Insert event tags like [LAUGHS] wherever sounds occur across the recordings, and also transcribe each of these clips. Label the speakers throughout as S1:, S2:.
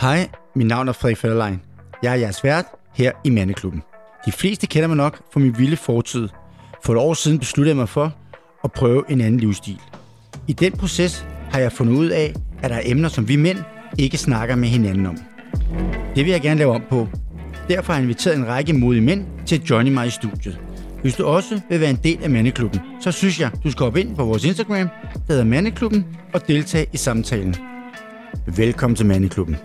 S1: Hej, mit navn er Frederik Federlein. Jeg er jeres vært her i Mandeklubben. De fleste kender mig nok fra min vilde fortid. For et år siden besluttede jeg mig for at prøve en anden livsstil. I den proces har jeg fundet ud af, at der er emner, som vi mænd ikke snakker med hinanden om. Det vil jeg gerne lave om på. Derfor har jeg inviteret en række modige mænd til at joine mig i studiet. Hvis du også vil være en del af Mandeklubben, så synes jeg, du skal hoppe ind på vores Instagram, der hedder Mandeklubben, og deltage i samtalen. Velkommen til Mandeklubben.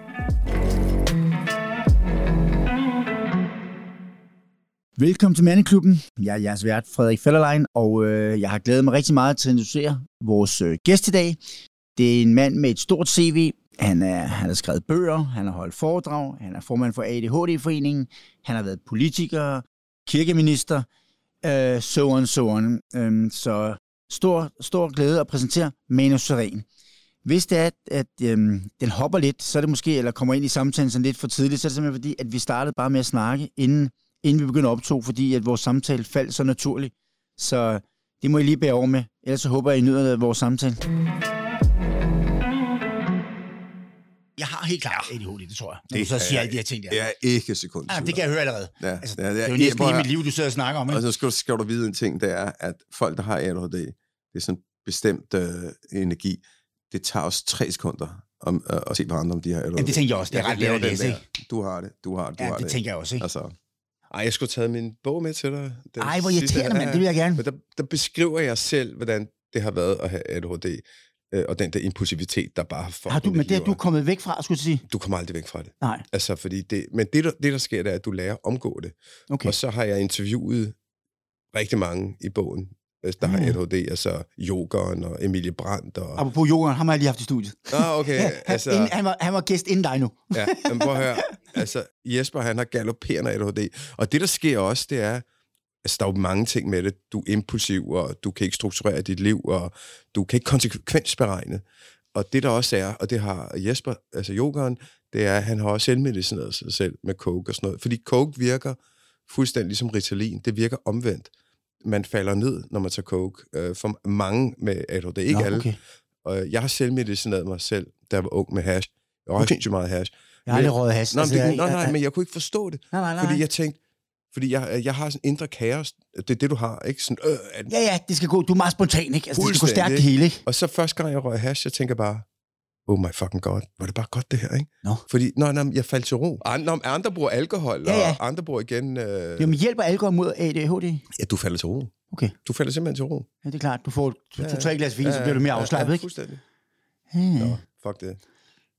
S1: Velkommen til Mandeklubben. Jeg er jeres vært, Frederik Fellerlein, og øh, jeg har glædet mig rigtig meget til at introducere vores øh, gæst i dag. Det er en mand med et stort CV. Han, er, han har skrevet bøger, han har holdt foredrag, han er formand for ADHD-foreningen, han har været politiker, kirkeminister, øh, so on, so on. Øhm, så stor, stor glæde at præsentere Manu Seren. Hvis det er, at øhm, den hopper lidt, så er det måske, eller kommer ind i samtalen sådan lidt for tidligt, så er det simpelthen fordi, at vi startede bare med at snakke, inden, inden vi begyndte at optog, fordi at vores samtale faldt så naturligt. Så det må I lige bære over med, ellers så håber jeg, I nyder vores samtale. Jeg har helt klart ADHD, det tror jeg. Når det
S2: Det
S1: du så
S2: er
S1: siger
S2: jeg
S1: alle de her ting der.
S2: Jeg er ikke et sekund i
S1: Ah,
S2: tvivl
S1: det kan jeg høre allerede.
S2: Ja,
S1: altså,
S2: ja, ja,
S1: det er jo
S2: ja,
S1: næsten
S2: hvor-
S1: hele mit liv, du sidder og snakker om.
S2: om. Og
S1: Ikke?
S2: så skal, du- skal du vide en ting, det er, at folk, der har ADHD, det er sådan bestemt øh, energi. Det tager os tre sekunder om, øh, at se på andre, om de har ADHD.
S1: Ja, det tænker jeg også. Det er ret let at
S2: den
S1: læse,
S2: der.
S1: ikke?
S2: Du har det, du har det, du
S1: Ja,
S2: har
S1: det
S2: det.
S1: tænker jeg også, ikke?
S2: Altså. Ej, jeg skulle have taget min bog med til dig. Den
S1: Ej, hvor
S2: sidste
S1: irriterende,
S2: her.
S1: mand. Det vil jeg gerne.
S2: Men der, der beskriver jeg selv, hvordan det har været at have ADHD, øh, og den der impulsivitet, der bare har fucket
S1: Har du,
S2: mit
S1: men det
S2: liv
S1: er du
S2: op.
S1: kommet væk fra, skulle jeg sige.
S2: du kommer aldrig væk fra det.
S1: Nej,
S2: Altså, fordi det, men det der, det, der sker, det er, at du lærer at omgå det.
S1: okay.
S2: Og så har jeg interviewet rigtig mange i bogen, altså, der har
S1: Mm. Ah.
S2: ADHD, altså Jokeren og Emilie Brandt. Og...
S1: Apropos yoghurt, ham har jeg lige haft i studiet.
S2: Ah,
S1: [LAUGHS]
S2: okay,
S1: Ja, han,
S2: altså,
S1: inden, han, var, han var gæst inden dig nu.
S2: ja, men prøv at høre. Altså, Jesper, han har galopperende ADHD. Og det, der sker også, det er, altså, der er jo mange ting med det. Du er impulsiv, og du kan ikke strukturere dit liv, og du kan ikke konsekvensberegne. Og det, der også er, og det har Jesper, altså Jokeren, det er, at han har også selvmedicineret sig selv med coke og sådan noget. Fordi coke virker fuldstændig ligesom Ritalin. Det virker omvendt. Man falder ned, når man tager coke. Øh, for mange med ADHD, ikke
S1: Nå,
S2: alle.
S1: Okay.
S2: Og jeg har selvmedicineret mig selv, da jeg var ung med hash. Jeg har
S1: Okay.
S2: også sindssygt meget hash.
S1: Jeg har aldrig røget has.
S2: Nå, men det,
S1: Altså, jeg,
S2: kunne- nej, nej,
S1: jeg-
S2: men jeg kunne ikke forstå det,
S1: nej, nej, nej.
S2: fordi jeg tænkte, fordi jeg, jeg har sådan en indre kaos, det er det, du har, ikke? Sådan, øh, at,
S1: Ja, ja, det skal gå. Du er meget spontan, ikke? Altså, det skal gå
S2: Fuldstændig,
S1: stærkt det hele, ikke?
S2: Og så første gang, jeg røg hash, jeg tænker bare, oh my fucking god, var det bare godt det her, ikke?
S1: Nå.
S2: Fordi, nå, nå, men jeg faldt til ro. Andre, nå, men andre bruger alkohol,
S1: Ja, ja.
S2: og andre bruger igen, øh,
S1: Jo, men hjælper alkohol mod ADHD?
S2: ja, du falder til ro.
S1: Okay.
S2: Du falder simpelthen til ro.
S1: Ja, det er klart. Du får
S2: Ja,
S1: to-tre glas vin, så bliver du mere afslappet, ikke?
S2: fuldstændig.
S1: Hmm.
S2: Nå, fuck det.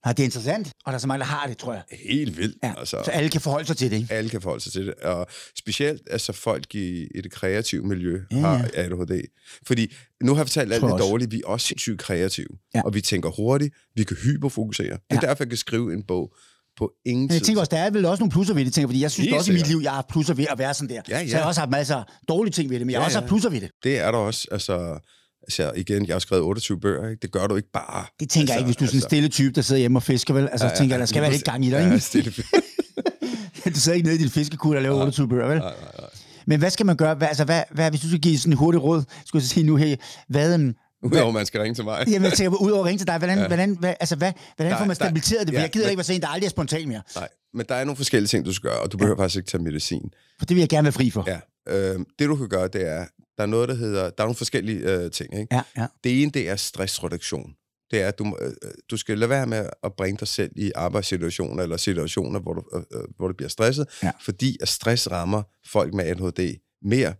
S1: Nej, det er interessant. Og der er så mange, der har det, tror jeg.
S2: Helt vildt,
S1: Ja,
S2: altså.
S1: så alle kan forholde sig til det, ikke?
S2: alle kan forholde sig til det. Og specielt altså folk i, i det kreative miljø
S1: Ja,
S2: ja,
S1: ja.
S2: ja. har ADHD. Fordi nu har jeg fortalt alt
S1: Tror jeg
S2: det
S1: også.
S2: dårlige, vi er også sindssygt kreative.
S1: Ja.
S2: Ja. Og vi tænker hurtigt, vi kan hyperfokusere. Det er
S1: Ja.
S2: derfor, jeg kan skrive en bog på ingen
S1: Men jeg
S2: tid.
S1: tænker også, der er vel også nogle plusser ved det, tænker, jeg, fordi jeg synes
S2: Helt
S1: også i mit
S2: sikkert.
S1: liv, jeg har plusser ved at være sådan der.
S2: Ja, ja.
S1: Så jeg har også haft masser af dårlige ting ved det, men jeg har
S2: Ja,
S1: også
S2: ja.
S1: haft plusser ved det.
S2: Det er der også. Altså, altså igen, jeg har skrevet 28 bøger. Ikke? Det gør du ikke bare.
S1: Det tænker altså, jeg
S2: Altså,
S1: ikke, hvis du er sådan en
S2: altså-
S1: stille type, der sidder hjemme og fisker, vel? Altså, ja, ja, tænker jeg, der skal være lidt gang i dig,
S2: Ja,
S1: ikke?
S2: [LAUGHS] stille.
S1: [LAUGHS] Du sidder ikke [LAUGHS] nede i din fiskekugle og laver 28 bøger, vel?
S2: Nej, nej, nej.
S1: Men hvad skal man gøre? Hvad, altså, hvad, hvad, hvis du skal give sådan en hurtig råd, skulle jeg sige nu her, hvad, øhm,
S2: Udover, man skal ringe til mig.
S1: jamen, jeg tænker, ud over at ringe til dig, hvordan, ja. hvordan, hvad, altså, hvad, hvordan
S2: Der-
S1: får man
S2: der-
S1: stabiliseret det? For
S2: ja,
S1: jeg gider
S2: men-
S1: ikke være sådan en, der aldrig er spontan mere,
S2: Nej, men der er nogle forskellige ting, du skal gøre, og du behøver faktisk ikke tage medicin.
S1: for det vil jeg gerne være fri for. Ja,
S2: Ja. Øh, det, du kan gøre, det er, der er noget, der hedder... Der er nogle forskellige øh, ting, ikke?
S1: ja. ja.
S2: Det ene, det er stressreduktion. Det er, at du, må- øh, øh, du skal lade være med at bringe dig selv i arbejdssituationer eller situationer, hvor du, øh, øh, hvor du bliver stresset,
S1: Ja.
S2: fordi at stress rammer folk med ADHD mere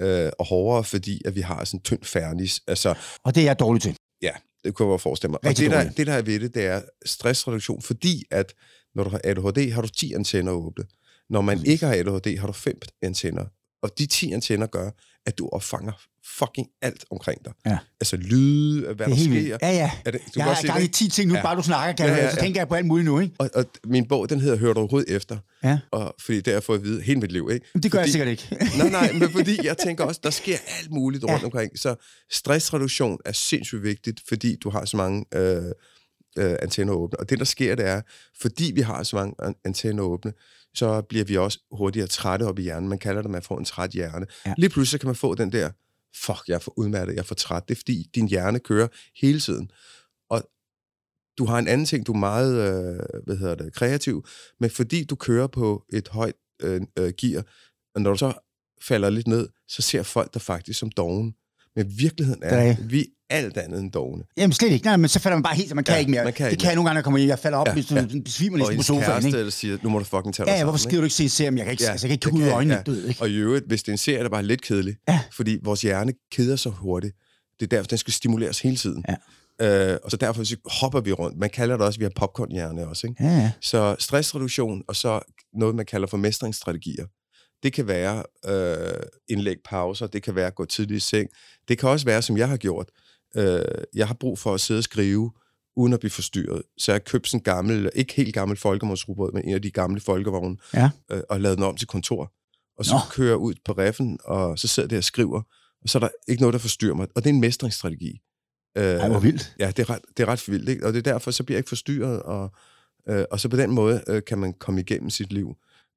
S2: øh, og hårdere, fordi at vi har sådan en tynd fernis. Altså,
S1: Og det er jeg dårlig til.
S2: det kunne jeg godt forestille mig. Og
S1: Rigtig
S2: det der,
S1: dårligt.
S2: det, der er ved det, det er stressreduktion, fordi at når du har ADHD, har du 10 antenner åbne. Når man
S1: Præcis.
S2: ikke har ADHD, har du 5 antenner. Og de 10 antenner gør, at du opfanger fucking alt omkring dig.
S1: Ja.
S2: Altså lyde, hvad
S1: Det
S2: der
S1: er helt
S2: sker.
S1: vildt. Ja, ja.
S2: Er det, du
S1: jeg
S2: kan
S1: har
S2: godt se
S1: gang
S2: det,
S1: i
S2: ikke?
S1: 10 ting nu,
S2: Ja.
S1: bare du snakker, kan
S2: Ja,
S1: ja,
S2: ja,
S1: ja, ja. så
S2: ja.
S1: tænker jeg på alt muligt nu, ikke?
S2: og, og min bog, den hedder Hører du overhovedet efter?
S1: Ja.
S2: Og, fordi det har jeg fået at vide hele mit liv, ikke?
S1: Men det gør
S2: fordi,
S1: jeg sikkert ikke.
S2: Nej, nej, men fordi jeg tænker også, der sker alt muligt rundt
S1: [LAUGHS] Ja.
S2: omkring. Så stressreduktion er sindssygt vigtigt, fordi du har så mange øh, øh, antenner åbne. Og det, der sker, det er, fordi vi har så mange an- antenner åbne, så bliver vi også hurtigere trætte op i hjernen. Man kalder det, at man får en træt hjerne.
S1: Ja.
S2: Ja. Lige pludselig så kan man få den der, fuck, jeg er for udmattet, jeg er for træt. Det er, fordi din hjerne kører hele tiden. Og Du har en anden ting, du er meget øh, hvad hedder det, kreativ, men fordi du kører på et højt øh, øh, gear, og når du så falder lidt ned, så ser folk dig faktisk som doven. Men virkeligheden er,
S1: Ja.
S2: at vi er alt andet end dogne.
S1: [LAUGHS] Jamen slet ikke. Nej, men så falder man bare helt, så man kan
S2: Ja,
S1: ikke mere.
S2: man kan
S1: det
S2: ikke
S1: kan jeg nogle gange, når jeg kommer hjem. Jeg falder op,
S2: Ja,
S1: ja, hvis du ja. besvimer
S2: og
S1: næsten Ligesom på
S2: ens
S1: sofaen.
S2: kæreste,
S1: Ikke?
S2: der siger, nu må du fucking tage dig
S1: Ja, ja, hvorfor
S2: sammen,
S1: skider du ikke se serien? Jeg kan ikke,
S2: Ja,
S1: ja, altså, jeg kan ikke
S2: det
S1: kigge ud af
S2: kan-
S1: øjnene.
S2: ja.
S1: Ja. Du ved, ikke?
S2: Og i øvrigt, hvis det er en serie, der bare er lidt kedelig,
S1: Ja.
S2: fordi vores hjerne keder sig hurtigt, det er derfor, den skal stimuleres hele tiden. Ja. Øh, og så derfor så hopper vi rundt. Man kalder det også, at vi har popcornhjerne også. Ikke?
S1: Ja, ja.
S2: Så stressreduktion, og så noget, man kalder for mestringsstrategier. Det kan være øh, indlæg pauser, det kan være at gå tidligt i seng. Det kan også være, som jeg har gjort. Øh, jeg har brug for at sidde og skrive, uden at blive forstyrret. Så jeg købte sådan en gammel, ikke helt gammel folkevognsrobot, men en af de gamle folkevogne,
S1: Ja.
S2: øh, og lavede den om til kontor. Og så
S1: Nå.
S2: Nå. kører jeg ud på reffen, og så sidder jeg der og skriver, og så er der ikke noget, der forstyrrer mig. Og det er en mestringsstrategi. Øh,
S1: Ej, hvor vildt.
S2: Ja, det er ret, det er ret vildt, ikke? og det er derfor, så bliver jeg ikke forstyrret, og, øh, og så på den måde øh, kan man komme igennem sit liv.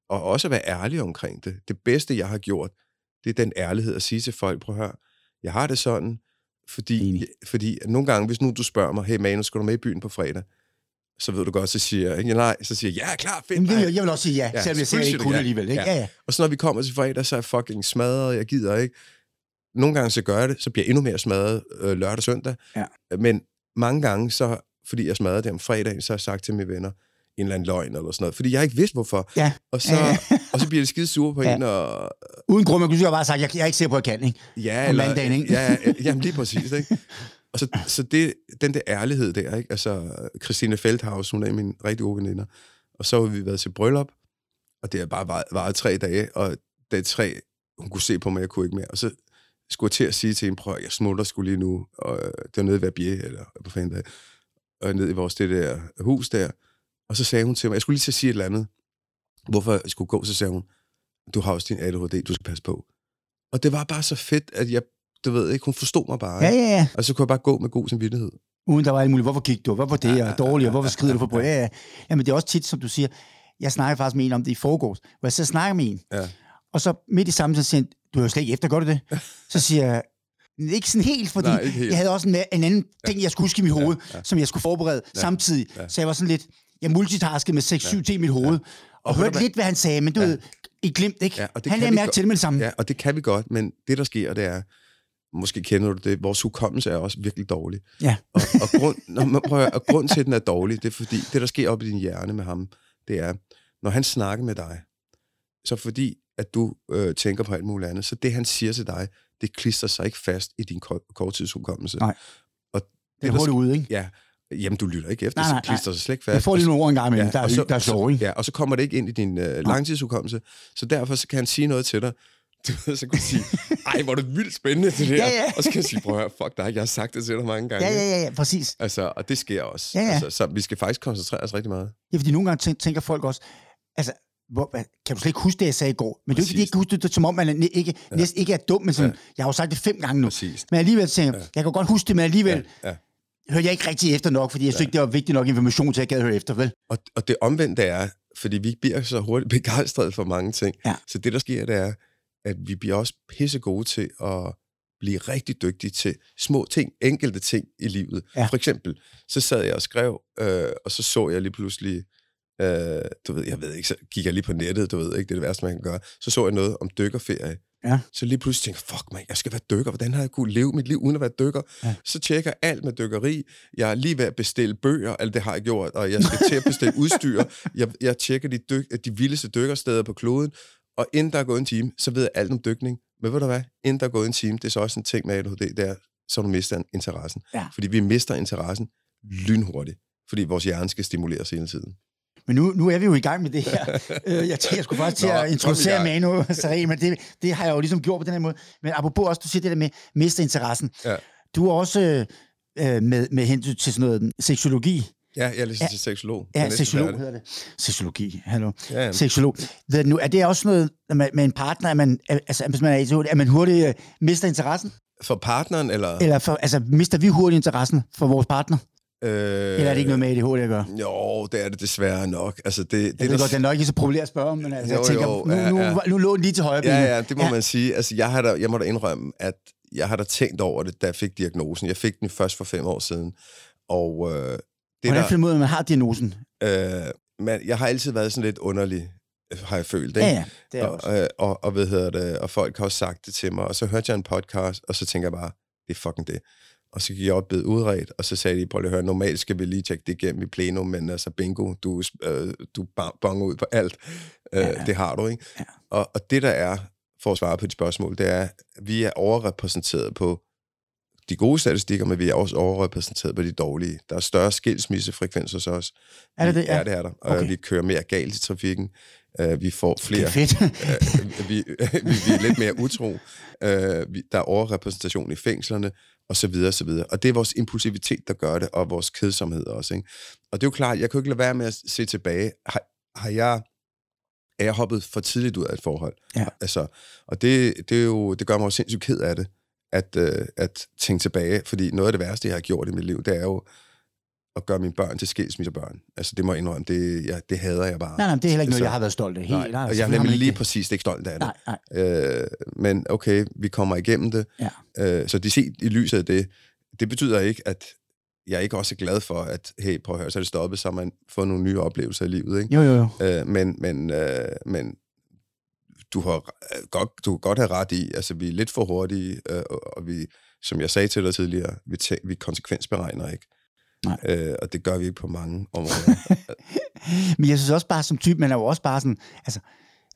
S2: Og også være ærlig omkring det. Det bedste, jeg har gjort, det er den ærlighed at sige til folk, prøv at høre, jeg har det sådan, fordi,
S1: Enig.
S2: fordi at nogle gange, hvis nu du spørger mig, hey Manu, skal du med i byen på fredag? Så ved du godt, så siger jeg, "Ja, nej, så siger jeg, jeg er klar, fedt,
S1: Jamen, det,
S2: mand."
S1: vil jeg- jeg vil også sige ja,
S2: Ja,
S1: ja selvom jeg
S2: selvfølgelig
S1: sikkert
S2: siger
S1: ikke
S2: du
S1: kunne
S2: ja.
S1: alligevel. Ikke?
S2: Ja.
S1: Ja, ja.
S2: Og så når vi kommer til fredag, så er jeg fucking smadret, jeg gider ikke. Nogle gange så gør jeg det, så bliver jeg endnu mere smadret øh, lørdag og søndag.
S1: Ja.
S2: Men mange gange, så, fordi jeg smadrede det om fredagen, så har jeg sagt til mine venner, en eller anden løgn eller sådan noget. Fordi jeg har ikke vidste, hvorfor.
S1: Ja.
S2: Og, så,
S1: Ja.
S2: og så bliver det skide sure på
S1: Ja.
S2: ja. en, og
S1: Uden grund, man kunne sige, at jeg bare har sagt, jeg, jeg er ikke sikker på, at jeg kan. Ikke?
S2: Ja,
S1: På mandagen, ikke?
S2: Ja, ja, jamen lige præcis, ikke? Og så, så det, den der ærlighed der, ikke? Altså, Christine Feldhaus, hun er en af mine rigtig gode veninder. Og så har vi været til bryllup, og det har bare varet, varet tre dage, og dag tre, hun kunne se på mig, jeg kunne ikke mere. Og så skulle jeg til at sige til hende, prøv at høre, jeg smutter skulle lige nu, og øh, det var nede i Verbier, eller hvad fanden det er, og nede i vores det der hus der. Og så sagde hun til mig, jeg skulle lige til at sige et eller andet, hvorfor jeg skulle gå, så sagde hun, du har også din ADHD, du skal passe på. Og det var bare så fedt, at jeg, du ved ikke, hun forstod mig bare.
S1: Ja,
S2: ikke?
S1: ja, ja.
S2: Og så kunne jeg bare gå med god samvittighed.
S1: Uden der var alt muligt. Hvorfor gik du? Hvorfor det?
S2: Ja,
S1: Og dårligt? Og hvorfor
S2: ja,
S1: skrider du
S2: ja,
S1: for på? Ja, ja. Jamen, det er også tit, som du siger. Jeg snakker faktisk med en om det i forgårs, hvor jeg sidder og snakker med en.
S2: Ja.
S1: Og så midt i samme tid siger han, du er jo slet ikke efter, gør
S2: [LAUGHS]
S1: du det? Så siger jeg, "Men ikke sådan helt, fordi
S2: Nej, ikke helt.
S1: jeg havde også en, en anden ting, jeg skulle huske i mit hoved, ja, ja. som jeg skulle forberede ja, samtidig. Ja.
S2: ja.
S1: Så jeg var sådan lidt, jeg multitaskede med 6-7 ja, ting i mit hoved, ja. og, og
S2: ved du
S1: hørte
S2: hvad?
S1: lidt, hvad han sagde, men du ja. ved, I glemt, ikke?
S2: Ja,
S1: Ja,
S2: og det
S1: han
S2: kan
S1: lagde
S2: vi
S1: mærke
S2: godt-
S1: til det med det samme. Ja.
S2: Ja, og det kan vi godt, men det, der sker, det er, måske kender du det, vores hukommelse er også virkelig dårlig.
S1: ja.
S2: Og, og, grund, når man prøver, og grunden til, at den er dårlig, det er fordi, det, der sker op i din hjerne med ham, det er, når han snakker med dig, så fordi, at du øh, tænker på alt muligt andet, så det, han siger til dig, det klister sig ikke fast i din kor- korttidshukommelse.
S1: Nej.
S2: Og det,
S1: Det er
S2: der
S1: hurtigt ude, ikke?
S2: Ja, jamen du lytter ikke efter,
S1: Nej,
S2: nej, nej,
S1: nej,
S2: så klister sig slet ikke fast.
S1: Jeg får lige
S2: Og
S1: nogle ord en gang imellem, ja, der er,
S2: og
S1: så, der er sjov, ikke?
S2: Ja, og så kommer det ikke ind i din øh, langtidshukommelse, så derfor så kan han sige noget til dig, du ved, så kan du sige, ej, hvor er det vildt spændende, det der.
S1: Ja, ja.
S2: Og så kan jeg sige, prøv at høre, fuck dig, jeg har sagt det til dig mange gange.
S1: Ja, ja, ja, ja, præcis.
S2: Altså, og det sker også.
S1: Ja, ja.
S2: Altså, så vi skal faktisk koncentrere os rigtig meget.
S1: Ja, fordi nogle gange tænker, tænker folk også, altså, hvor, hvad- kan du slet ikke huske det, jeg sagde i går? Men det er jo ikke, fordi jeg
S2: Præcis.
S1: ikke kan huske det, det, er som om man er næ- ikke, ja. næsten ikke er dum, men sådan, ja. jeg har jo sagt det fem gange nu.
S2: Præcis.
S1: Men alligevel tænker jeg, jeg kan godt huske det, men alligevel
S2: Ja, ja.
S1: hørte jeg ikke rigtig efter nok, fordi jeg synes ikke, det var vigtig nok information til, at jeg gad høre efter, vel?
S2: Og, og det omvendte er, fordi vi bliver så hurtigt [LAUGHS] begejstret for mange ting.
S1: Ja.
S2: Så det, der sker, det er, at vi bliver også pisse gode til at blive rigtig dygtige til små ting, enkelte ting i livet.
S1: Ja.
S2: For eksempel, så sad jeg og skrev, øh, og så så jeg lige pludselig, øh, du ved, jeg ved ikke, så gik jeg lige på nettet, du ved ikke, det er det værste, man kan gøre. Så så jeg noget om dykkerferie.
S1: Ja.
S2: Så lige pludselig tænker jeg, fuck mig, jeg skal være dykker. Hvordan har jeg kunnet leve mit liv uden at være dykker?
S1: Ja.
S2: Så tjekker jeg alt med dykkeri. Jeg er lige ved at bestille bøger, alt det har jeg gjort, og jeg skal til at bestille udstyr. Jeg, jeg tjekker de, dyk, de vildeste dykkersteder på kloden, og inden der er gået en time, så ved jeg alt om dykning. Men ved du hvad? Inden der er gået en time, det er så også en ting med ADHD, det er, så du mister interessen.
S1: Ja.
S2: Fordi vi mister interessen lynhurtigt, fordi vores hjerne skal stimuleres hele tiden.
S1: Men nu, nu er vi jo i gang med det
S2: [LAUGHS]
S1: her. øh, jeg tænker, jeg skulle faktisk til
S2: Nå,
S1: at
S2: kom i
S1: introducere
S2: gang.
S1: Manu [LAUGHS] og Saré, men det, det har jeg jo ligesom gjort på den her måde. Men apropos også, du siger det der med miste interessen.
S2: Ja.
S1: Du er også øh, med, med hensyn til sådan noget seksologi.
S2: Ja, jeg er ligesom ja. til seksolog. Jeg er
S1: Ja,
S2: næsten
S1: seksolog
S2: færdig.
S1: hedder det. Seksologi, hallo.
S2: Ja, ja.
S1: seksolog. Ved du nu, er det også noget at man, med en partner, at man, at- altså, hvis man er ADHD, at man hurtigt øh, mister interessen?
S2: For partneren, eller...
S1: Eller for, altså, mister vi hurtigt interessen for vores partner?
S2: øh,
S1: Eller er det ikke noget med ADHD at gøre?
S2: Jo, det er det desværre nok. Altså, det, det,
S1: Jeg
S2: der
S1: ved godt, det er nok ikke så populært at spørge om, men altså, jeg
S2: Jo,
S1: tænker,
S2: jo,
S1: nu,
S2: ja,
S1: nu,
S2: ja.
S1: nu lå den lige til højre
S2: Ja,
S1: benet.
S2: ja, det må ja. man sige. Altså, jeg, har da, jeg må da indrømme, at jeg har da tænkt over det, da jeg fik diagnosen. Jeg fik den først for fem år siden, og øh,
S1: Det Hvordan
S2: der-
S1: finder man ud af, at man har diagnosen?
S2: Øh, men jeg har altid været sådan lidt underlig, øh, har jeg følt. Ikke?
S1: Ja, ja, det er jeg også.
S2: og, øh, og, og, hvad hedder det, og folk har også sagt det til mig, og så hørte jeg en podcast, og så tænker jeg bare, det er fucking det. Og så gik jeg op og blev udredt, og så sagde de, prøv lige at høre, normalt skal vi lige tjekke det igennem i plenum, men altså bingo, du, øh, du ba- bonger ud på alt. Øh,
S1: Ja, ja.
S2: Det har du, ikke?
S1: Ja.
S2: Og, og det der er, for at svare på dit spørgsmål, det er, at vi er overrepræsenteret på de gode statistikker, men vi er også overrepræsenteret på de dårlige. Der er større skilsmissefrekvens hos os.
S1: Er det
S2: Vi-
S1: det? Ja.
S2: øh, Ja, det er der. Okay.
S1: Okay.
S2: vi kører mere galt i trafikken. Øh, vi får
S1: Det
S2: flere
S1: er
S2: [LAUGHS]
S1: fedt.
S2: Øh, vi, [LAUGHS] vi, vi er lidt mere utro. Øh, vi, der er overrepræsentation i fængslerne, og så videre, og så videre. Og det er vores impulsivitet, der gør det, og vores kedsomhed også. Ikke? Og det er jo klart, jeg kan jo ikke lade være med at se tilbage. Har, har jeg, er jeg hoppet for tidligt ud af et forhold?
S1: Ja.
S2: Altså, og det, det, er jo, det gør mig jo sindssygt ked af det, at, øh, at tænke tilbage. Fordi noget af det værste, jeg har gjort i mit liv, det er jo at gøre mine børn til skilsmissebørn. Altså, det må jeg indrømme, det, jeg, det hader jeg bare.
S1: nej, nej, men det er heller ikke noget,
S2: Så-
S1: jeg har været stolt af. Helt, nej,
S2: Nej, og jeg er
S1: selvfølgelig har
S2: nemlig
S1: man
S2: lige
S1: ikke det.
S2: præcis ikke stolt af det.
S1: Nej, nej.
S2: Øh, men okay, vi kommer igennem det.
S1: Ja.
S2: Øh, så det set i lyset af det, det betyder ikke, at jeg ikke også er glad for, at hey, prøv at høre, så er det stoppet, så har man fået nogle nye oplevelser i livet. Ikke?
S1: Jo, jo, jo.
S2: Øh, men, men, øh, men du har øh, godt, du kan godt have ret i, altså vi er lidt for hurtige, øh, og og vi, som jeg sagde til dig tidligere, vi, tæ- vi konsekvensberegner ikke.
S1: Nej.
S2: Øh, og det gør vi ikke på mange områder.
S1: [LAUGHS] Men jeg synes også bare som type, man er jo også bare sådan, altså,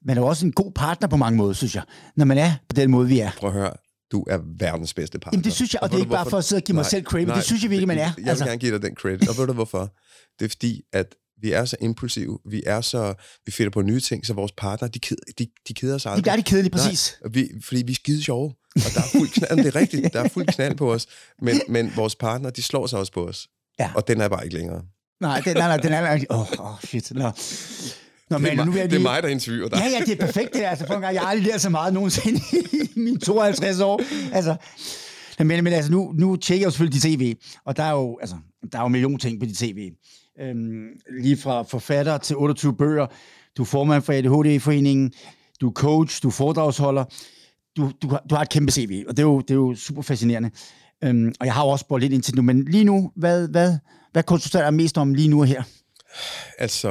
S1: man er jo også en god partner på mange måder, synes jeg, når man er på den måde, vi er.
S2: Prøv at høre, du er verdens bedste partner.
S1: Jamen det synes jeg, og det
S2: ved
S1: er
S2: du
S1: ikke bare
S2: Altså, hvorfor?
S1: for at sidde og give mig
S2: Nej,
S1: selv credit, det synes jeg virkelig, man er.
S2: Jeg vil altså. gerne give dig den credit. Og ved du hvorfor? Det er fordi, at vi er så impulsive, vi er så, vi finder på nye ting, så vores partner, de, ked, de, de keder sig
S1: det
S2: aldrig.
S1: bliver det kedeligt,
S2: Nej.
S1: præcis.
S2: Og Vi, fordi vi er skide sjove, og der er fuld knald, Jamen, det er rigtigt, der er fuld knald på os, men, men vores partner, de slår sig også på os.
S1: Ja.
S2: Og den er bare ikke længere.
S1: Nej, den, nej, nej, den er... Åh, oh, oh, shit. Nå, Nå men
S2: det, er
S1: nu
S2: mig,
S1: vil jeg
S2: det er
S1: lige...
S2: mig, der interviewer dig.
S1: Ja, ja, det er perfekt det der. Altså, for en gang, jeg har aldrig lært så meget nogensinde [LAUGHS] i mine 52 år. Altså, men, men altså, nu, nu tjekker jeg jo selvfølgelig dit tv, og der er jo, altså, der er jo en million ting på dit tv. Øhm, lige fra forfatter til 28 bøger. Du er formand for ADHD-foreningen. Du er coach, du er foredragsholder. Du, du, har- du har et kæmpe CV, og det er jo, det er jo super fascinerende. Øhm, og jeg har jo også spurgt lidt ind til det nu, men lige nu, hvad, hvad, hvad koncentrerer jeg mest om lige nu og her?
S2: Altså,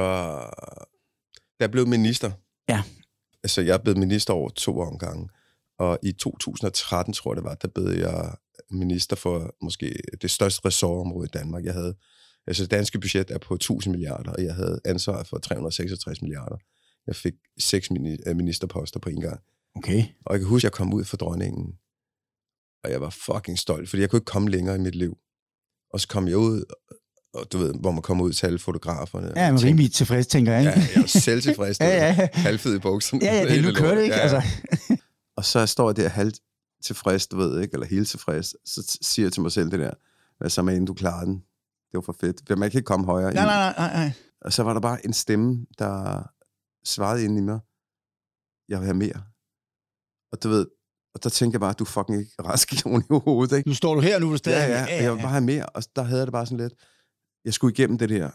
S2: der blev minister.
S1: Ja.
S2: Altså, jeg er blevet minister over to omgange. Og i 2013, tror jeg det var, der blev jeg minister for måske det største ressortområde i Danmark. Jeg havde, altså det danske budget er på 1000 milliarder, og jeg havde ansvaret for 366 milliarder. Jeg fik seks mini- øh, ministerposter på en gang.
S1: Okay.
S2: Og jeg kan huske, at jeg kom ud for dronningen, og jeg var fucking stolt, fordi jeg kunne ikke komme længere i mit liv. Og så kom jeg ud, og du ved, hvor man kommer ud til alle fotograferne. og
S1: Ja, men
S2: tænker,
S1: rimelig tilfreds, tænker jeg.
S2: Ja,
S1: Ikke?
S2: jeg var selv
S1: [LAUGHS]
S2: tilfreds.
S1: Ja, ja.
S2: Halvfed i bukserne.
S1: Ja, ja, det,
S2: Hele
S1: nu kører det
S2: lortet.
S1: ikke,
S2: Ja, ja.
S1: altså.
S2: Og så står jeg der halv tilfreds, du ved ikke, eller helt tilfreds. Så t- siger jeg til mig selv det der, hvad så med inden du klarer den? Det var for fedt. For Man kan ikke komme højere.
S1: Nej,
S2: end-
S1: nej, nej, nej.
S2: Og så var der bare en stemme, der svarede ind i mig, jeg vil have mere. Og du ved, og der tænker jeg bare, du er fucking ikke rask i oven i hovedet, ikke?
S1: Nu står du her, nu er du stadig.
S2: Ja, ja, og jeg vil bare have mere, og der havde jeg det bare sådan lidt, jeg skulle igennem det der,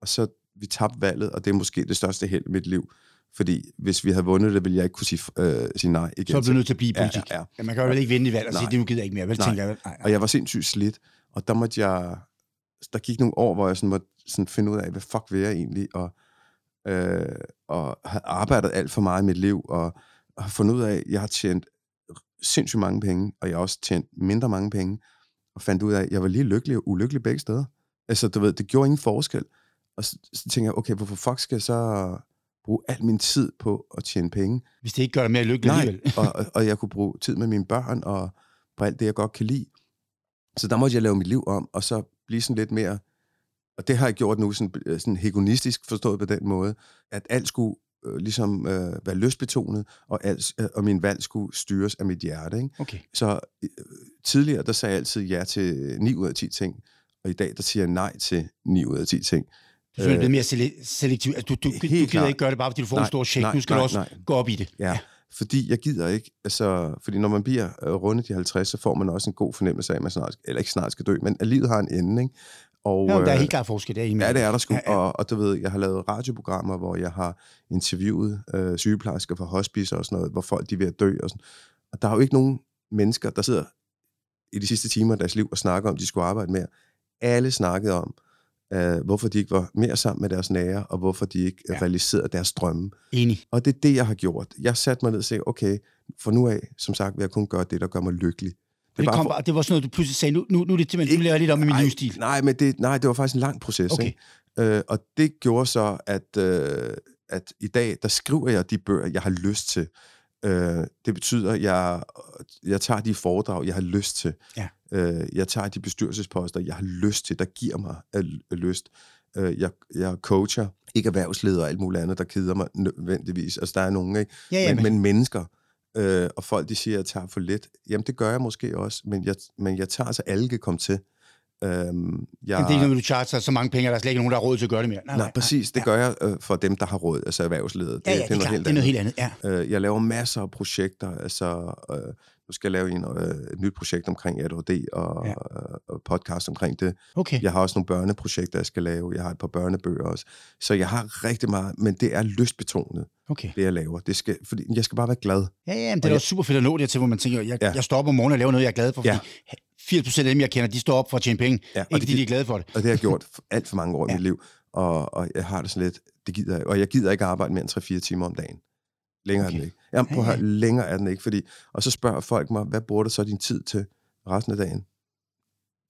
S2: og så vi tabte valget, og det er måske det største held i mit liv, fordi hvis vi havde vundet det, ville jeg ikke kunne sige, øh, sige nej igen.
S1: Så er du nødt til at blive i
S2: Ja,
S1: politik.
S2: ja, ja.
S1: Ja, man kan jo vel ikke vinde i valg og sige,
S2: Nej.
S1: det nu gider jeg ikke mere. Vel,
S2: Nej.
S1: tænker jeg. vel? Nej, nej.
S2: Og jeg var sindssygt slidt, og der måtte jeg, der gik nogle år, hvor jeg sådan måtte sådan finde ud af, hvad fuck vil jeg egentlig, og, øh, og har arbejdet alt for meget i mit liv, og har fundet ud af, at jeg har tjent sindssygt mange penge, og jeg har også tjent mindre mange penge, og fandt ud af, at jeg var lige lykkelig og ulykkelig begge steder. Altså, du ved, det gjorde ingen forskel. Og så, så tænker jeg, okay, hvorfor fuck skal jeg så bruge al min tid på at tjene penge,
S1: Hvis det ikke gør dig mere lykkelig alligevel.
S2: [LAUGHS] og, og- og jeg kunne bruge tid med mine børn og på alt det, jeg godt kan lide. Så der måtte jeg lave mit liv om, og så blive sådan lidt mere... Og det har jeg gjort nu, sådan, øh, sådan hedonistisk forstået på den måde, at alt skulle øh, ligesom øh, være lystbetonet, og, alt, øh, og min valg skulle styres af mit hjerte. Ikke?
S1: Okay.
S2: Så øh, tidligere, der sagde jeg altid ja til 9 ud af 10 ting, og i dag, der siger jeg nej til 9 ud af 10 ting.
S1: Du er blevet mere sele- selektiv. Altså, du, du,
S2: Øh. helt
S1: du gider
S2: klart.
S1: ikke gøre det bare, fordi du får en
S2: Nej,
S1: stor check.
S2: nej,
S1: Nu skal du
S2: nej,
S1: også
S2: nej.
S1: gå op i det.
S2: Ja, fordi jeg gider ikke, altså, fordi når man bliver øh, rundet de 50, så får man også en god fornemmelse af, at man snart, eller ikke snart skal dø, men at livet har en ende, ikke? Og,
S1: Ja, men der er
S2: øh,
S1: helt klart forskel der i
S2: Ja, det er der sgu. Ja, ja. Og, og du ved, jeg har lavet radioprogrammer, hvor jeg har interviewet øh, sygeplejersker fra hospice og sådan noget, hvor folk de er ved at dø og sådan. Og der er jo ikke nogen mennesker, der sidder i de sidste timer af deres liv og snakker om, at de skulle arbejde mere. Alle snakkede om, øh, hvorfor de ikke var mere sammen med deres nære, og hvorfor de ikke ja.
S1: Ja.
S2: realiserede deres drømme.
S1: Enig.
S2: Og det er det, jeg har gjort. Jeg satte mig ned og sagde, okay, for nu af, som sagt, vil jeg kun gøre det, der gør mig lykkelig.
S1: Det, det, kom bare, det var sådan noget, du pludselig sagde, nu, nu, nu er det simpelthen, nu laver jeg lidt om i min
S2: nej,
S1: livsstil.
S2: Nej, men det, nej, det var faktisk en lang proces.
S1: Okay.
S2: Ikke? Øh, og det gjorde så, at, øh, at i dag, der skriver jeg de bøger, jeg har lyst til. Øh, det betyder, at jeg, jeg tager de foredrag, jeg har lyst til.
S1: Ja.
S2: Øh, jeg tager de bestyrelsesposter, jeg har lyst til, der giver mig øh, lyst. Øh, jeg, jeg coacher, ikke erhvervsleder og alt muligt andet, der keder mig nødvendigvis. Altså, der er nogen, ikke?
S1: Ja, ja,
S2: men, men mennesker. Øh, og folk, de siger, at jeg tager for lidt. Jamen, det gør jeg måske også, men jeg, men jeg tager, så alle kan komme til. Øhm, jeg,
S1: Jamen, det er ikke noget, du charter så mange penge, at der er slet ikke nogen, der har råd til at gøre det mere. Nej,
S2: nej, præcis. Det gør jeg øh, for dem, der har råd, altså erhvervsledet.
S1: Ja, ja, det, er klart. Det er noget helt andet. Ja.
S2: Øh, jeg laver masser af projekter, altså øh, nu skal jeg lave en, øh, et nyt projekt omkring ADHD og,
S1: Ja.
S2: ja. og, og podcast omkring det.
S1: Okay.
S2: Jeg har også nogle børneprojekter, jeg skal lave. Jeg har et par børnebøger også. Så jeg har rigtig meget, men det er lystbetonet,
S1: okay.
S2: det jeg laver. Det skal, fordi jeg skal bare være glad.
S1: Ja, ja, men det er
S2: Og
S1: også super fedt at nå det til, hvor man tænker, jeg, ja.
S2: Ja.
S1: jeg står op om morgenen og laver noget, jeg er glad for, fordi
S2: Ja.
S1: 80% af dem, jeg kender, de står op for at tjene penge.
S2: Ja,
S1: Ja,
S2: og
S1: ikke
S2: det
S1: fordi de er glade for det.
S2: Og det har jeg gjort for- alt for mange år i
S1: Ja.
S2: ja. mit liv. Og, og jeg har det sådan lidt, det gider jeg. Og jeg gider ikke arbejde mere end 3-4 timer om dagen. Længere okay.
S1: Okay.
S2: er den ikke. Jamen, prøv at
S1: Ja, ja.
S2: høre, længere er den ikke. Fordi, og så spørger folk mig, hvad bruger du så din tid til resten af dagen?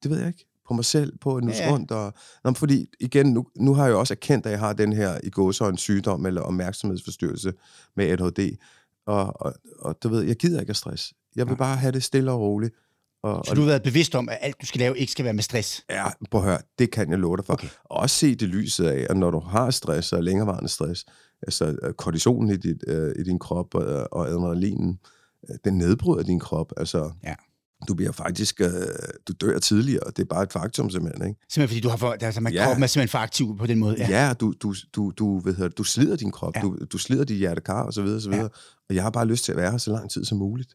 S2: Det ved jeg ikke. På mig selv, på at nus
S1: Ja, ja.
S2: ja. rundt. Og, nå, men fordi igen, nu, nu har jeg jo også erkendt, at jeg har den her i gåsøjne sygdom eller opmærksomhedsforstyrrelse med ADHD. Og, og, og du ved, jeg gider ikke at stress. Jeg vil
S1: Nej.
S2: bare have det stille og roligt. Og,
S1: Så
S2: og
S1: du har været bevidst om, at alt, du skal lave, ikke skal være med stress.
S2: Ja, prøv at høre, det kan jeg love dig for.
S1: Okay.
S2: Okay. Også se det lyset af, at når du har stress og længerevarende stress, altså øh, kortisonen i, dit, øh, i din krop og, og adrenalinen, øh, den nedbryder din krop. Altså,
S1: Ja.
S2: du bliver faktisk, øh, du dør tidligere, og det er bare et faktum simpelthen, ikke?
S1: Simpelthen fordi du har for, altså, man,
S2: Ja.
S1: kroppen er simpelthen for aktiv på den måde. Ja.
S2: Ja, ja du, du, du, du, hvad hedder, det, du slider din krop,
S1: Ja.
S2: ja. du, du slider dit hjertekar og så videre, og så
S1: Ja.
S2: videre. Ja. Og jeg har bare lyst til at være her så lang tid som muligt.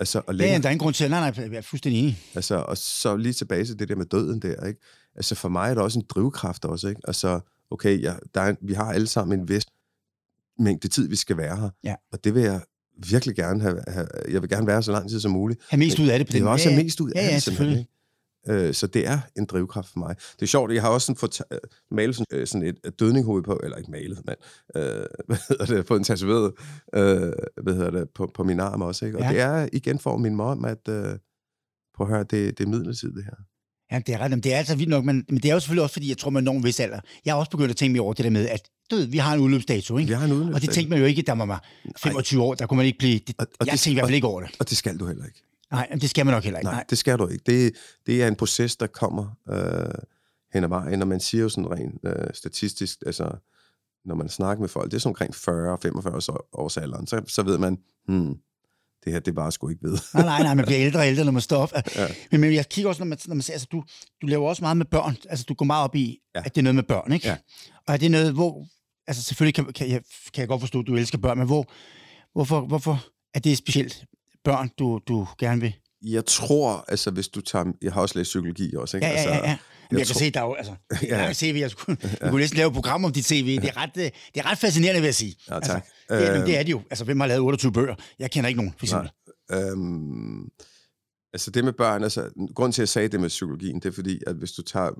S2: Altså, og
S1: Ja,
S2: længe,
S1: ja, der er ingen grund til, at nej, nej, jeg er fuldstændig enig.
S2: Altså, og så lige tilbage til det der med døden der, ikke? Altså, for mig er der også en drivkraft også, ikke? Altså, okay, jeg, der er, en- vi har alle sammen en vis mængde tid, vi skal være her.
S1: Ja.
S2: Og det vil jeg virkelig gerne have, have, jeg vil gerne være her så lang tid som muligt.
S1: Ha' mest ud af det på
S2: Det
S1: den
S2: er også
S1: ja,
S2: have
S1: ja.
S2: mest ud
S1: Ja,
S2: af
S1: ja,
S2: det, simpelthen,
S1: selvfølgelig.
S2: ikke? Øh, Så det er en drivkraft for mig. Det er sjovt, jeg har også sådan fået ta- malet sådan, øh, sådan et dødninghoved på, eller ikke malet, men øh, [LAUGHS] hvad hedder det, fået en tatoveret, øh, hvad hedder det, på, på min arm også. Ikke? Og
S1: Ja.
S2: ja. det er igen for min mor, at øh, prøv at høre, det, det er midlertidigt det her.
S1: Ja, det er ret. Jamen, det er altså vildt nok, men, men det er jo selvfølgelig også, fordi jeg tror, man når en vis alder. Jeg har også begyndt at tænke mere over det der med, at du ved, vi har en udløbsdato, ikke?
S2: Vi har en udløbsdato.
S1: Og det tænkte man jo ikke, da man var 25 år, der kunne man ikke blive... Det,
S2: Og-
S1: og,
S2: og
S1: jeg
S2: det-
S1: tænkte i hvert fald ikke over det.
S2: Og det skal du heller ikke.
S1: Nej, men det skal man nok heller ikke.
S2: Nej,
S1: Nej.
S2: Nej. det skal du ikke. Det, det er en proces, der kommer øh, hen ad vejen, og man siger jo sådan rent øh, statistisk, altså når man snakker med folk, det er sådan omkring 40-45 års alderen, så, så ved man, hmm, det her, det var jeg sgu ikke ved.
S1: Nej, nej, nej, man bliver ældre og ældre, når man står op. Ja.
S2: Ja.
S1: Men, men jeg kigger også, når man, når man ser, altså du, du laver også meget med børn. Altså du går meget op i, ja.
S2: Ja.
S1: at det er noget med børn, ikke?
S2: Ja.
S1: Og er det noget, hvor... Altså selvfølgelig kan, kan, jeg, kan jeg godt forstå, at du elsker børn, men hvor, hvorfor, hvorfor er det specielt børn, du, du gerne vil?
S2: Jeg tror, altså hvis du tager, jeg har også læst psykologi også, ikke?
S1: Ja, ja, ja. ja. Men jeg, jeg kan
S2: Altså, tror-
S1: se, der er jo, altså, ja.
S2: [LAUGHS] Ja.
S1: jeg har et CV, jeg
S2: [LAUGHS]
S1: skulle, jeg kunne næsten lave et program om dit CV. Det er ret, øh, det er ret fascinerende, vil jeg sige.
S2: Ja, tak. Øh,
S1: Altså, det, er, det er det jo. Altså, hvem har lavet 28 bøger? Jeg kender ikke nogen, for eksempel.
S2: Øhm, altså det med børn, altså grund til, at jeg sagde det med psykologien, det er fordi, at hvis du tager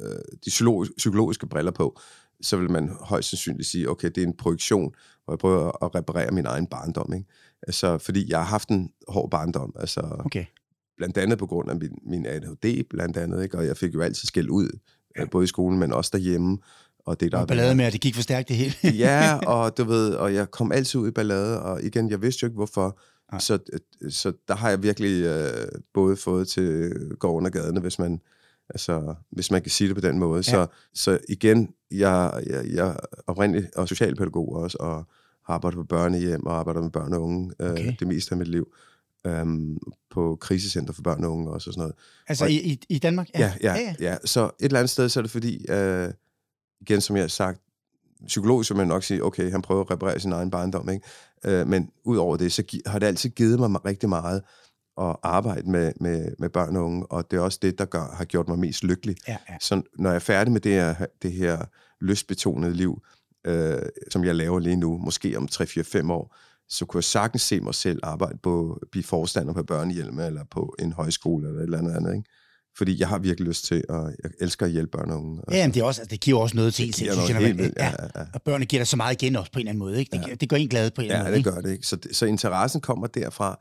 S2: øh, de psykologiske, psykologiske briller på, så vil man højst sandsynligt sige, okay, det er en projektion, hvor jeg prøver at- at reparere min egen barndom, ikke? Altså, fordi jeg har haft en hård barndom, altså
S1: Okay.
S2: blandt andet på grund af min, min ADHD, blandt andet, ikke? Og jeg fik jo altid skæld ud, ja. både i skolen, men også derhjemme, og det der...
S1: Og ballade med, at det gik for stærkt, det hele. [LAUGHS]
S2: [LAUGHS] ja, og du ved, og jeg kom altid ud i ballade, og igen, jeg vidste jo ikke, hvorfor.
S1: Nej.
S2: Så, øh, så der har jeg virkelig øh, både fået til gården og gaderne, hvis man, altså, hvis man kan sige det på den måde. Ja. Så, så igen, jeg, jeg, jeg er oprindelig og socialpædagog også, og har arbejdet på børnehjem og arbejder med børn og unge
S1: Okay.
S2: øh, det meste af mit liv. Øhm, på krisecenter for børn og unge også og sådan noget.
S1: Altså i, i, i Danmark?
S2: Ja, ja, ja, ja. Så et eller andet sted, så er det fordi, øh, igen som jeg har sagt, psykologisk vil man nok sige, okay, han prøver at reparere sin egen barndom, ikke? Øh, men udover det, så gi- har det altid givet mig rigtig meget at arbejde med, med, med børn og unge, og det er også det, der gør, har gjort mig mest lykkelig.
S1: ja, ja.
S2: Så når jeg er færdig med det her, det her lystbetonede liv, øh, som jeg laver lige nu, måske om 3-4-5 år, så kunne jeg sagtens se mig selv arbejde på, blive forstander på børnehjelme, eller på en højskole, eller et eller andet andet, ikke? Fordi jeg har virkelig lyst til, og jeg elsker at hjælpe børn og unge.
S1: Ja, jamen, det, er også, altså, det giver også noget til en
S2: Det
S1: selv,
S2: giver
S1: synes jeg. Når
S2: noget
S1: man,
S2: helt vildt,
S1: ja.
S2: ja, ja, ja.
S1: Og børnene giver dig så meget igen også på en eller anden måde. Ikke? Det, ja. det gør en glad på en eller anden
S2: Ja,
S1: måde.
S2: det gør det ikke. Så, det- så interessen kommer derfra.